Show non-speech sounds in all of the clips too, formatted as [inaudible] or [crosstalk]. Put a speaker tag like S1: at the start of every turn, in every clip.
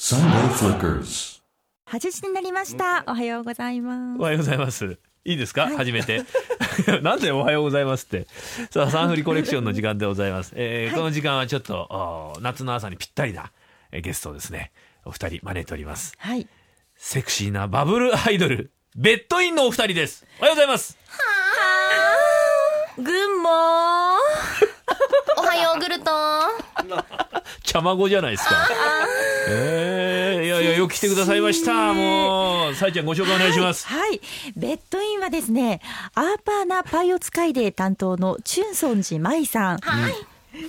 S1: Sunday Flickers.
S2: 8時になりました。おはようございます
S3: お。はようございます。いいですか、初めて。 [laughs] なんでおはようございますって。さあ、サンフリコレクションの時間でございます。えーこの時間はちょっと、あー夏の朝にぴったりな、えーゲストをですね、お二人招いております。
S2: はい。
S3: セクシーなバブルアイドル、ベッドインのお二人です。おはようございます。
S2: 群馬。
S4: おはようグルト
S3: 茶まごじゃないですか。えー、いやいや、よく来てくださいました。もう、さいちゃんご紹介お願いします。
S2: はい。ベッドインはですね、アーパーなパイを使いで担当のチュンソンジマイさん。はい。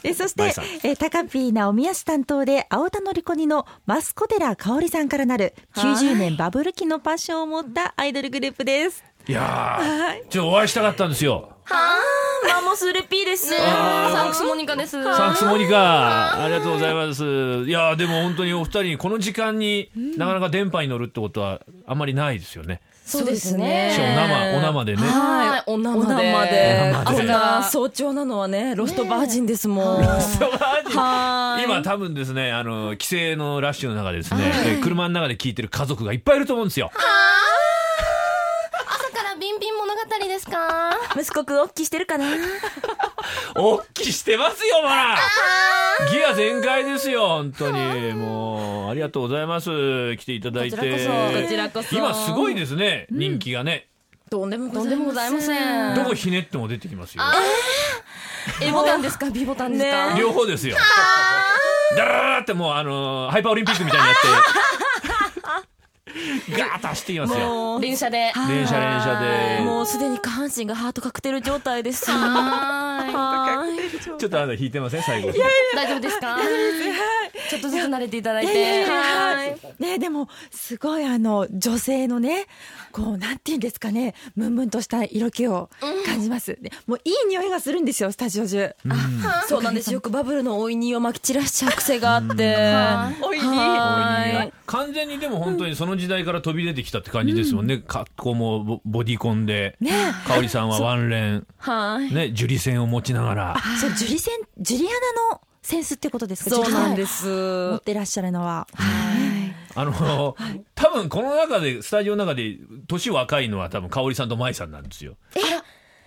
S2: えそして
S3: 舞さん、
S2: えタカピーなおみやし担当で、青田のりこにのマスコテラ香織さんからなる、90年バブル期のパッションを持ったアイドルグループです。
S3: いやー、ちょっとお会いしたかったんですよ。
S4: マンモスレピーです。
S2: [laughs]
S4: サンクスモニカです。
S3: サンクスモニカ、ありがとうございます。いや、でも本当にお二人にこの時間になかなか電波に乗るってことはあんまりないですよね。
S4: そうですね。
S3: しかも生、お生でね。
S5: はい、お生で。で
S3: お生で
S5: あんな早朝なのはね、ロストバージンです
S3: [laughs]
S5: もん。はい
S3: 今多分ですね、あの、帰省のラッシュの中でですね、で車の中で聞いてる家族がいっぱいいると思うんですよ。
S4: 朝からビンビン物語ですか
S5: 息子くん、おっきしてるかな
S3: おっきしてますよ、ほらギア全開ですよ、本当に。もう、ありがとうございます。来ていただいて。
S5: こちらこそ
S3: 今すごいですね、人気がね。
S5: とんでも
S4: とんでもございません
S3: どこひねっても出てきますよ。
S5: A ボタンですか ?B ボタンですか、
S3: 両方ですよ。ダラララってもうあのーハイパーオリンピックみたいにやって、ガーッと走ってきますよ。
S5: もう、
S4: 電車で。
S3: 電車連
S5: も
S3: 車
S5: うすでに下半身がハートカクテル状態です。
S4: は
S5: はい。
S3: で。ちょっとあなた引いてません最後。
S4: ーい。大丈夫ですかちょっとずつ慣れていただい
S2: いやい
S4: て。
S2: やいや
S4: はい。
S2: ね、でも、すごいあの、女性のね、こう、なんて言うんですかね、ムンムンとした色気を感じます。でもういい匂いがするんですよ、スタジオ中。
S5: そうなんですよ。よくバブルのおいにをまき散らしちゃう癖があって。おいにはい。
S3: 完全にでも本当にその時代から飛び出てきたって感じですもんね。格好もボボディコンで、
S2: ね
S3: 香織さんはワンレン、
S5: はい。
S3: ね、樹里線を持ちながら。
S2: そう、ジュリセン、ジュリアナのセンスってことですか
S5: そうなん
S2: ジュリ
S5: です。
S2: アナ持ってらっしゃるのは。
S3: あのー、多分この中で、スタジオの中で、年若いのは多分香織さんと舞さんなんですよ。
S5: ク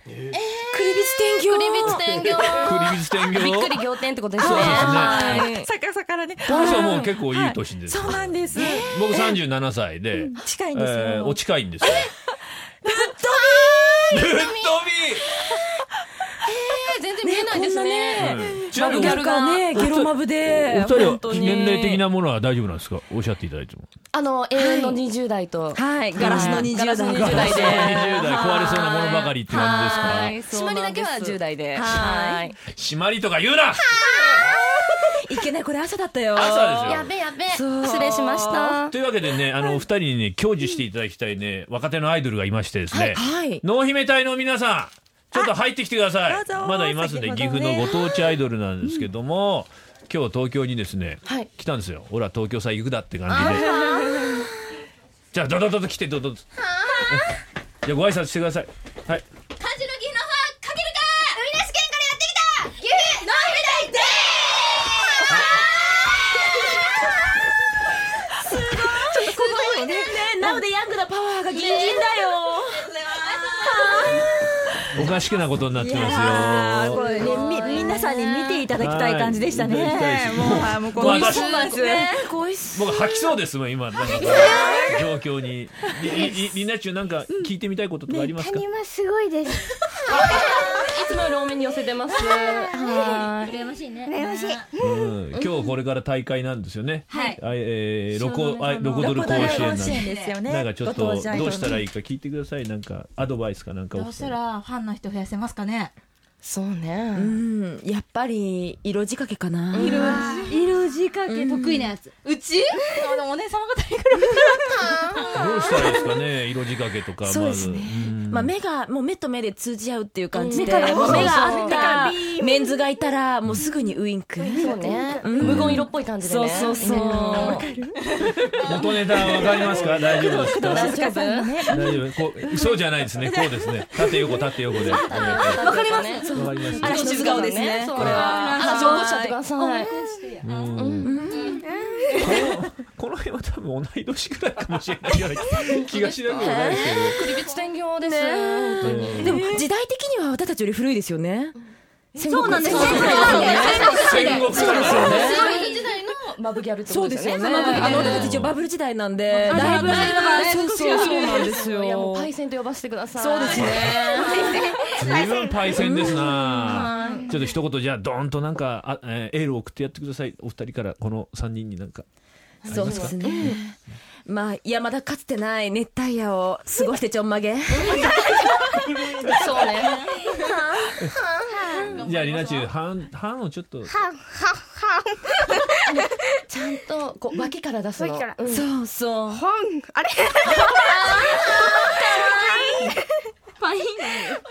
S5: リビツ天
S4: クリビツ天行。
S3: クリビツ天行
S4: びっくり仰天ってことですね。
S3: そうですね
S4: はい。
S2: 逆さからね。
S3: 舞さんもう結構いい年です。
S2: そうなんです。
S3: 僕37歳で、
S2: 近いんですよ。
S3: えー、お近いんですよ。ぶっ飛びぶっ
S4: え全然見えないですね。
S3: 飛び、うん、ち
S5: マ
S3: な
S5: ブ
S3: み
S5: ギ
S3: に
S5: ャルがね、ゲロマブ
S3: お
S5: で
S3: 二。人
S5: 本当
S3: は
S5: に
S3: 年齢的。なものは大丈夫なんですかおっしゃっていただいても。
S4: あの、永遠の20代と。
S5: はい、ガラスの
S4: はい
S5: 20
S4: ガ
S5: 代
S4: ラスの20代で。
S3: 20代壊れそうなものばかりって感じ
S4: は
S3: で
S4: い。
S3: す
S4: 締まりだけは10代で。はい。
S3: か締まりとか言うない
S5: けない、これ朝だったよ。
S3: 朝ですよ
S4: やべやべ。
S5: そう
S4: 失礼しました。
S3: というわけでね、あの、お二人にね、享受していただきたいね、若手のアイドルがいましてですね、
S5: はい。
S3: 濃姫隊の皆さん、ちょっと入ってきてください
S2: どう。ぞ
S3: まだいますんで、岐
S2: 先ほど
S3: 阜
S2: ね
S3: のご当地アイドルなんですけども、今日東京にですね、
S4: はい
S3: 来たんですよ。俺は東京さ行くだって感じで。じゃあ、ドドドド来て、ドドド。じゃあ、ご挨拶してください。はい。
S4: カジノ岐阜のファンかけるか海なし県からやってきた岐阜ノーフで
S5: なのでヤングなパワーがギンギンだよ。
S3: おかしくなことになって
S2: あ
S3: ます
S2: ー
S3: よ。
S2: これね、み、皆さんに見ていただきたい感じでしたね。
S3: はい見ていただきたいです
S2: もうはい、もうこ
S3: もう
S2: の
S3: 私
S2: そうなんです。
S5: 恋し
S3: 僕吐きそうですもん今なんか状況にりりりりなっちゅうなんか聞いてみたいこととかありますか、
S6: 今すごいです。
S4: いつもより多めに寄せてますはい
S6: 羨ましい。
S3: うん、今日これから大会なんですよねはいえー、ロコあロコドル甲子園なん
S2: 甲子園
S3: で
S2: ですよね。
S3: なんかちょっとど
S2: ご当
S3: う
S2: 地アイドル
S3: したらいいか聞いてくださいなんかアドバイスかなんか
S7: どうしたらファンの人増やせますかね
S4: そう
S5: う
S4: ね
S5: ん、やっぱり色仕掛けかな。
S7: 色仕掛け得意なやつうちあのお姉様方いる
S3: どうしたらいいですかね色仕掛けとか
S5: そうですね
S3: ん
S5: まあ目がもう目と目で通じ合うっていう感じで、
S4: うん目から
S5: もう
S4: そ
S5: 目が
S4: うそ
S5: あ
S4: う
S5: ったメンズがいたらもうすぐにウインク。
S4: そうね
S5: うん
S4: 無言色っぽい感じで
S5: そう
S4: ね
S5: そうそう。
S3: 元ネタわかりますか大丈夫ですか
S2: 大塚さんのね。
S3: 大丈夫こうそうじゃないですねこうですね縦横縦横でわか
S4: わかりますね
S3: ります
S5: 嵐の素顔ですね。
S4: そう
S5: これは。
S4: あ上手しちゃってください
S3: うんこのこの辺分同い年ぐらいかもしれないような気がしなくもないですけど。
S7: クリビチ天業です。
S5: ね
S7: 本当に
S3: うん
S5: でも時代的には私たちより古いですよね。
S7: そうなんです。
S5: 戦
S3: 戦国
S5: 国
S3: 時代ですよね。
S7: 時代のマブギャルって
S5: そ
S7: こ
S5: う
S7: と
S5: ですよね。
S7: マブギャ
S5: あ
S7: ル
S5: の私たち一応バブル時代なんで、
S7: あ
S5: だいぶ
S7: バブルだから
S5: そうそうそうなんです
S7: いやも
S5: よ
S7: う。パイセンと呼ばせてください。
S5: そうですね。
S3: 随分パイセンですな。ちょっと一言じゃあドーンとなんかあ、えーエールを送ってやってください。お二人からこの三人になんか。
S5: そうですね。まあ、いや、まだかつてない熱帯夜を過ごしてちょんまげ。
S7: そうね。
S3: じゃあリナチュー半半をちょっと。
S6: はんはんはん
S7: ちゃんとこう脇から出すの。
S6: 脇から
S7: うん
S5: そうそう。
S6: ほんあれ
S7: パイン。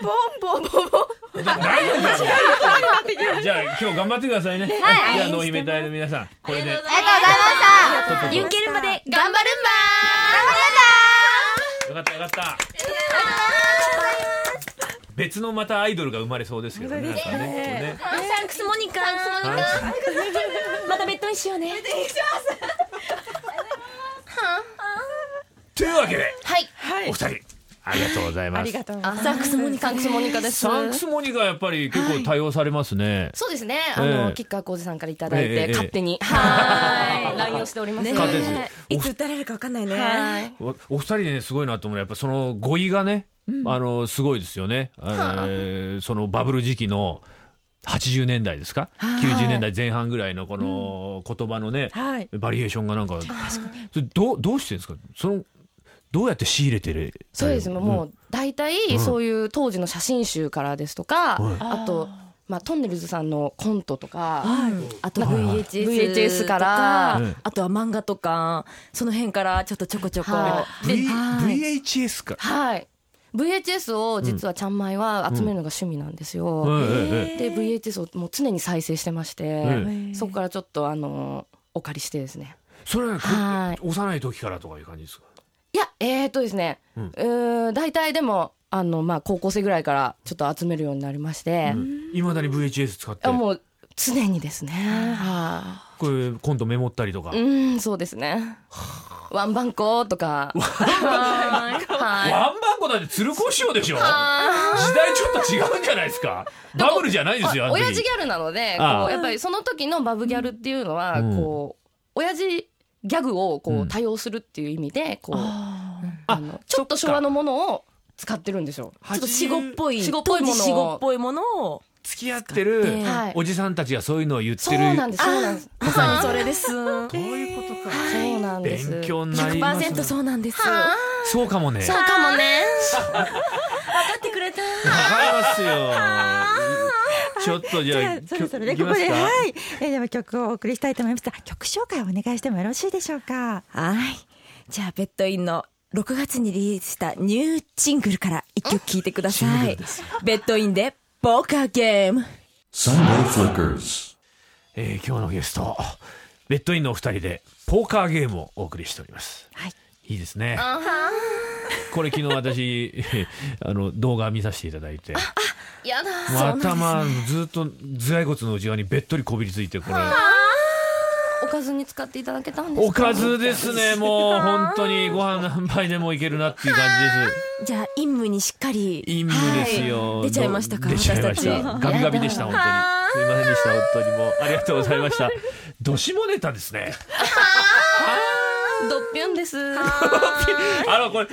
S6: ボンボンボンボン
S3: 大丈夫ですよじゃあ今日頑張ってくださいね。じゃあノーヒメ隊の皆さんこれで。
S6: ありがとうございました
S3: ちょっと
S5: ユンケルまで。
S4: 頑張るんば
S3: よかったよかった。別のまたアイドルが生まれそうですけどね。なんかね
S5: サンクスモニカ。
S3: きっとねはい
S5: またベッドにしようね。
S3: というわけで、
S4: はい
S3: お二人ありがとうござい
S2: あ
S3: ま
S2: り
S3: す。
S2: がとうございます
S5: サンクスモニカ。
S7: サンクスモニカです。
S3: サンクスモニカやっぱり結構対応されますね。
S7: そうですね。あの、
S3: ええ
S7: キッカーコージさんからいただい
S3: ええええ
S7: て、勝手に、はい、 [laughs] 乱用しております。
S5: ね
S3: 勝手です
S5: いつ訴えられるかわかんないね。
S7: はい。
S3: おお二人ねすごいなと思うのはやっぱその語彙がね、あのすごいですよね、えーそのバブル時期の80年代ですか、90年代前半ぐらいのこの言葉のね、
S2: はい
S3: バリエーションがなんかそれどうどうしてるんですかそのどうやって仕入れてる
S7: そうですね。も
S3: ん
S7: う、大体、そういう当時の写真集からですとか、
S3: はい
S7: あと、まあ、トンネルズさんのコントとか、
S5: あと
S3: はいはい
S5: VHS,
S7: VHS から
S3: うん
S5: あとは漫画とか、その辺からちょっとちょこちょこ。
S7: は
S3: V
S5: はい
S3: VHS か、
S7: はい。VHS を実はちゃんまいは集めるのが趣味なんですよ。
S3: うんえええ
S7: で VHS をもう常に再生してまして、
S3: え
S7: そこからちょっとあのお借りしてですね
S3: えそれはねこ
S7: はい
S3: 幼い時からとかいう感じですか
S7: いやえー、とですね
S3: うん
S7: うーん大体でもあの、まあ、高校生ぐらいからちょっと集めるようになりまして、
S3: いまだに VHS 使って
S7: あもう常にですねは
S3: これ今度メモったりとか、
S7: いうんそうですねワンバンコとかはいはい
S3: ワンバンコだって鶴子師匠でしょ時代ちょっと違うんじゃないですかバブルじゃないですよ、あの時
S7: 親父ギャルなので
S3: ああ
S7: こうやっぱりその時のバブギャルっていうのは、
S3: うん
S7: こう親父ギャグをこ
S3: うん
S7: う多用するっていう意味でこう、
S3: あ
S7: あのちょっと昭和のものを使ってるんですよ。
S5: ちょっと死後っぽい。
S7: 死後っぽいものを
S5: 当時死後っぽいものを。
S3: 付き合ってる
S7: はい
S3: おじさんたちがそういうのを言って
S7: そう
S3: る
S7: なんです。そうなんです。
S5: まさにそれ [laughs] です。
S3: どういうことか
S7: そうなんです。
S3: 勉強になります
S5: 100%そうなんです。
S3: そうかもね
S7: そうかもね。
S5: やってくれた。
S3: わかりますよちょっとじゃあ
S2: そろそろで
S3: きょ
S2: ここで
S3: きますか
S2: はい、えーでは曲をお送りしたいと思います曲紹介をお願いしてもよろしいでしょうか
S5: はい。じゃあ、ベッドインの6月にリリースしたニューシングルから一曲聴いてください。ベッドインで、ポーカーゲーム。
S1: Sunday Flickers.
S3: えー今日のゲストベッドインのお二人でポーカーゲームをお送りしております、
S2: はい、
S3: いいですねこれ昨日私 [laughs] あの動画見させていただいて
S4: や
S3: [laughs]
S4: だ
S3: もう頭ずっと頭蓋骨の内側にべっとりこびりついてこれ
S7: おかずに使っていただけたんで
S3: [laughs]
S7: す
S3: おかずですねもう本当にご飯何杯でもいけるなっていう感じです
S5: じゃあ、陰夢にしっかり。
S3: 陰夢ですよ、
S5: はい出ちゃいましたか、
S3: 出ちゃいまし
S5: 私
S3: た
S5: たち。
S3: ガビガビでした本当にすいませんでした本当にもうありがとうございま [laughs] したどしもネタですね
S7: ドッピュンです。
S3: あのこれ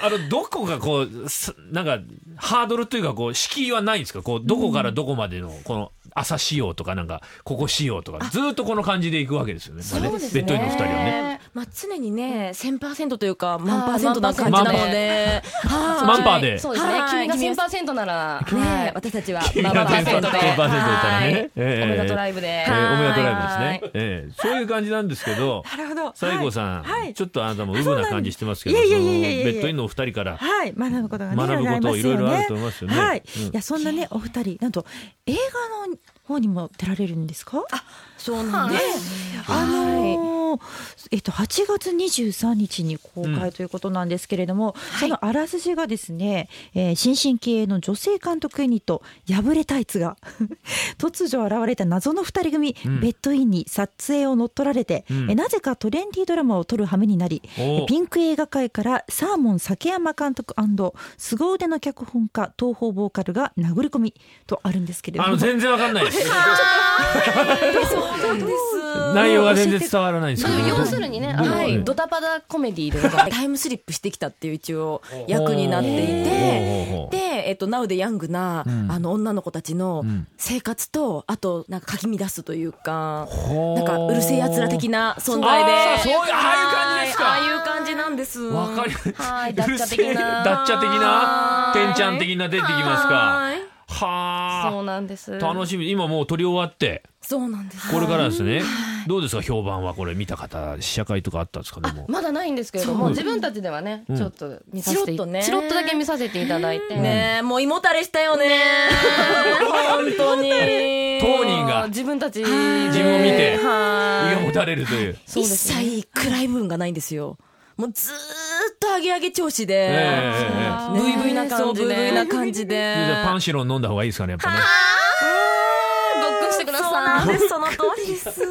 S3: ああのどこがこうすなんかハードルというかこう敷居はないんですかこうどこからどこまでのこの朝仕様とかなんかここ仕様とかずーっとこの感じでいくわけですよね。まあねベッドインの二人はね。
S5: まあ、常にね、1000%というか、万パ
S7: あ
S5: ー
S7: ー
S5: セントな感じなの
S7: 万パー
S5: で、はい
S3: マンパーで。
S7: そうですね。
S5: はい
S7: 君が千パーセントなら、
S5: ね
S7: ね、
S5: 私たちは。
S3: 君が
S7: ま
S3: 10%
S7: あまあ
S3: 10%だったら
S7: は
S3: ね
S7: い。
S3: ええ
S7: オメガドライブで
S3: ええオメガドライブですね。ええそういう感じなんですけど。
S2: なるほど
S3: 西郷さん、
S2: はい、
S3: ちょっとあなたもウブな感じしてますけど、
S2: いやい
S3: そ
S2: や
S3: の
S2: い
S3: ベ
S2: やいやいや
S3: ッドインのお二人から。
S2: はい、学ぶことがね、
S3: 学ぶこと
S2: ろろありますよね
S3: いろいろあると思いますよね
S2: はい、
S3: うん
S2: いや、そんなね、お二人、なんと映画の方にも出られるんですか
S5: そうなんです
S2: あのーえっと、8月23日に公開ということなんですけれども、そのあらすじがですね、えー新進気鋭の女性監督ユニット破れタイツが [laughs] 突如現れた謎の2人組、
S3: ん
S2: ベッドインに撮影を乗っ取られて、
S3: うん
S2: えーなぜかトレンディードラマを撮る羽目になり
S3: おー
S2: ピンク映画界からサーモン竹山監督凄腕の脚本家東方ボーカルが殴り込みとあるんですけれど
S3: あ
S2: も
S3: の全然わかんないです。
S5: そうです
S3: 内容が全然伝わらないんですけど。
S7: 要するにね、あの
S3: はい
S7: ドタパタコメディでございます
S5: タイムスリップしてきたっていう一応役になってい
S3: ほうほうほ
S5: て
S3: う
S5: で、えっと、ナウでヤングな、
S3: ん
S5: あの女の子たちの
S3: ん
S5: 生活とあとなんかかき乱すというか
S3: ほう
S5: なんかうるせえやつら的な存在で
S3: あーそういうああいう感じですか
S5: はいああいう感じなんです
S3: わかり
S7: はい、
S3: う
S7: ダ
S3: る
S7: ッチャ
S3: せ
S7: 的
S3: え
S7: な。
S3: ダッチャ的な
S7: はーい
S3: てんちゃん的な出てきますか
S7: はーいそ
S3: は
S7: うなんです。
S3: あ楽しみ今もう撮り終わって
S5: そうなんです
S3: これからですねどうですか評判はこれ見た方試写会とかあったんですかねもう
S7: まだないんですけれども、自分たちではね、ちょっと見させて、
S5: チロッとね
S7: チロッとだけ見させていただいて。
S5: ねえもう胃もたれしたよね本当に
S3: 当人
S7: あ
S3: が
S7: ー自分たちで
S3: 自分を見て
S7: は
S3: 胃
S7: い
S3: がもたれるという
S7: そう
S5: 一
S7: ですね
S5: 切暗い部分がないんですよもうずーっと上げ上げ調子で、
S3: えええ
S5: ブイブイな感じで。
S7: そうブイブイな感
S5: じ
S3: えじゃあパンシロン飲んだ方がいいですかねやっぱね
S7: ごっくんしてくだ
S5: そう
S7: さ
S5: ないんです、その通りです。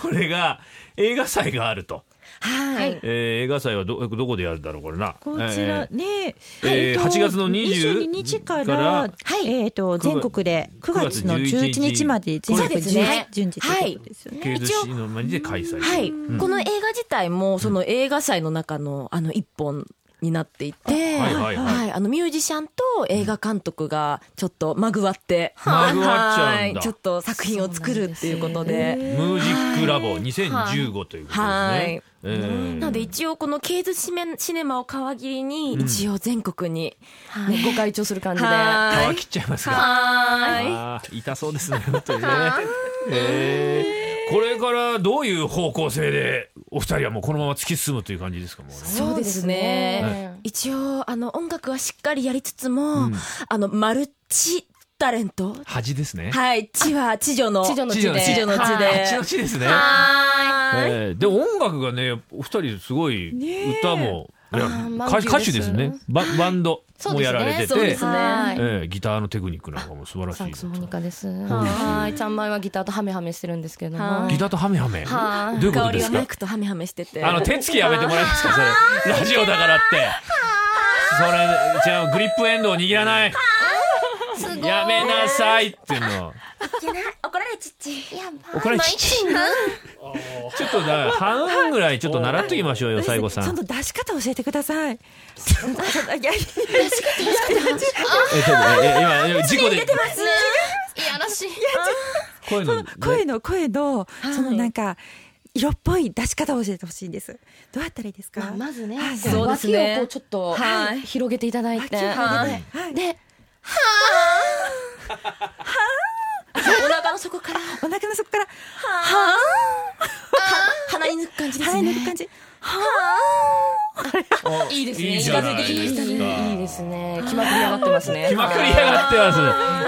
S3: これが映画祭があると
S5: はい。
S3: えー映画祭はどどこでやるんだろうこれな
S2: こちら
S3: えー
S2: ね、
S3: えー
S2: と
S3: 8月の
S2: 22日から、
S3: から
S2: えー、と全国で9月の11日まで全国
S5: そうですね
S2: 順次ということですよね。
S3: ケーズシーの前で開催
S5: はい。この映画自体も、その映画祭の中の、あの、一本になっていて、
S3: はいはいはい
S5: あの、ミュージシャンと映画監督が、ちょっとまぐわって、
S3: まぐわっちゃうんだ
S5: はいちょっと作品を作るっていうことで。
S3: ムージックラボ2015ということですね。
S5: はい
S3: えー
S5: なので一応このケーズシメシネマを皮切りに、一応全国に、
S7: い。ご開帳する感じで。
S5: は
S3: 皮切っちゃいますが。あー痛そうですね、本当にね。えーこれからどういう方向性でお二人はもうこのまま突き進むという感じですかもうね
S5: そうですね。一応、あの、音楽はしっかりやりつつも、あの、マルチタレント。
S3: 恥ですね。
S5: はい。地は、知女の。
S7: 知女の
S3: 知
S7: 地
S3: 女の
S7: で。
S3: 地
S5: 知女の地
S7: はい
S5: で
S3: あっちの地ですね。
S5: はい。
S3: えーで音楽がね、お二人すごい歌も、いや
S7: あー満
S3: 歌
S7: 喫です
S3: 歌手ですね。ババンド
S7: そう
S3: も
S7: で
S3: や
S7: す
S3: られて
S7: ね。
S3: て、
S7: そうです
S5: は
S7: ね。
S3: えーギターのテクニックなんかも素晴らし
S7: サッ
S3: い
S7: ク。スフォニカです。はい。ちゃんまいはギターとハメハメしてるんですけれども
S5: は。
S3: ギターとハメハメ。
S7: はい
S3: どういうこと
S5: 香
S3: で
S5: りは
S3: す
S5: メ
S3: か
S5: イ。クとハメハメしてて。
S3: あの手つきやめてもらえますかそれラジオだからってそれじゃあグリップエンドを握らないやめなさいっていうの
S6: 怒られちっち。やば
S3: 怒られちちょっとだから半ぐらいちょっと習っときましょうよ最後さ
S2: そ
S3: ん
S2: の出し方教えてください。いやいや
S3: えちょっとえ今今事故で
S6: いやらしい。
S3: こういうのね
S2: 声の声の、そのなんか色っぽい出し方を教えてほしいんです。どうやったらいいですか。
S7: まあまずね、
S2: はい
S7: こ
S5: そううですね
S7: 脇をこうちょっと、
S5: はい
S7: 広げていただいて、
S5: はい
S2: はい
S7: で、
S5: お腹の底から
S2: お腹の底から
S5: 鼻に抜く感じです
S2: 鼻に
S5: ね。
S2: 抜く感じ。
S3: おいい
S7: です
S3: い
S7: ね
S3: じゃないで
S7: いい
S3: すか
S7: いいですね。気まくり上がってますね。
S3: 気まくりやがってます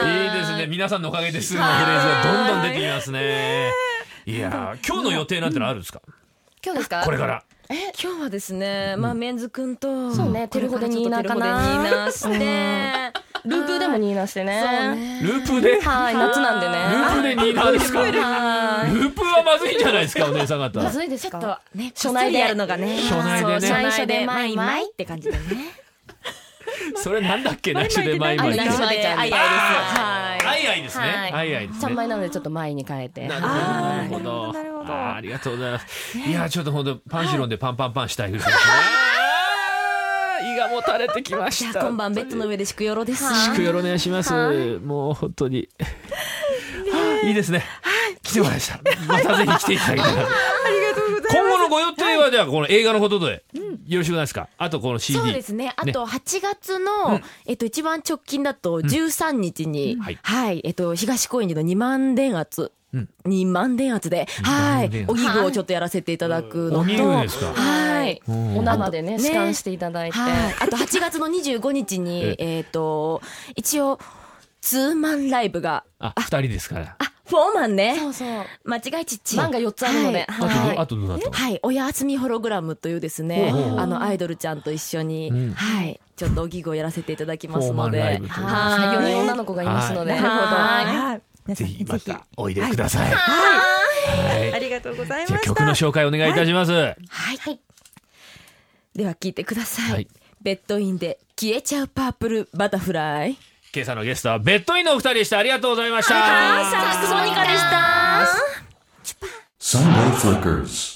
S3: いいですね皆さんのおかげですぐのフレーズがどんどん出てきますねいやー今日の予定なんてのあるんですか
S7: 今日ですか
S3: これから
S5: 今日はですね、まあ、メンズくんと、
S7: そうね
S5: これらちょっと
S7: テルホで
S5: テ
S7: ニ
S5: ルホでニ
S7: ー
S5: ー
S7: ナ
S5: ナ
S7: か
S5: し
S7: な
S5: て、
S7: ループでもニーナしてね。
S3: ループで
S7: はい、夏なんで
S3: ループ
S7: ね。
S3: でニーナーですかル
S7: は
S3: ープはまずいんじゃないですかお姉さん方
S7: [laughs] い。まずいです
S5: ちょっ
S7: か
S5: とね、
S7: 初
S5: 初
S7: 内
S5: 内
S7: で
S5: でやるのがね、
S3: 初内でね
S5: そう初内
S7: 初内で
S5: で、
S7: マ
S5: マ
S7: イ
S5: イ
S7: マ
S5: マ
S7: イ
S5: イって感じでね。
S3: それなんだっけ内緒でマイマイ
S7: 内緒で
S5: あいあいです。はい。
S3: アイアイですね
S7: はい
S3: アイアイです
S7: 三
S3: ね
S7: 枚なのでちょっと前に変えて。
S3: なるほど
S2: あーなるほどなるほど
S3: あーありがとうございますいやーちょっと本当パンシロンでパンパンパンしたいぐらい胃がもたれてきま
S5: じ
S3: し
S5: ゃあ
S3: た
S5: 今晩ベッドの上でしくよろです。
S3: よろしくよろお願いしますもう本当にいいですね来てもらいましたまたぜひ来ていただ [laughs] きたい今後のご予定はではこの映画のことでよろしくないですかあとこの CD
S5: そうですね。あと8月の、えっと、一番直近だと13日に、
S3: はい
S5: はい、えっと、東高円寺の2万電圧、
S3: ん
S5: 2万電圧で、は
S3: 二万電
S5: い、
S3: 圧
S5: おぎぐをちょっとやらせていただくのと、
S3: 鬼軍ですか
S5: はい。
S7: お生でね、
S5: ね
S7: スカンしていただいて。
S5: [laughs] はい。あと8月の25日に、えっと、一応、ツーマンライブが、
S3: あ、二人ですから。
S5: あ、フォーマンね。
S7: そうそう。
S5: 間違いちっち。
S7: 漫画4つあるので。
S5: は
S3: あとど、
S7: はい
S3: あとどなたも。
S5: はい、親厚みホログラムというですね
S3: ほうほう、
S5: あのアイドルちゃんと一緒に、
S3: うん
S5: はい、ちょっとおぎをやらせていただきます
S3: フォー
S5: の
S3: マンライ
S5: で
S3: ブ、という
S7: はい。4人女の子がいますので。はい
S2: はい皆さ
S3: ぜ
S2: ん
S3: ひまたおいでください。はい
S2: ありがとうございま
S3: じゃあ
S2: し
S3: 曲の
S2: た。
S3: 紹介お願いいたします。はい。
S5: はい。では聞いてくださ
S3: はいい。
S5: ベッドインで消えちゃうパープルバタフライ。
S3: 今朝のゲストはベッドインのお二人でした。ありがとうございました。
S7: サックスモニカでした。
S1: Sunday Flickers.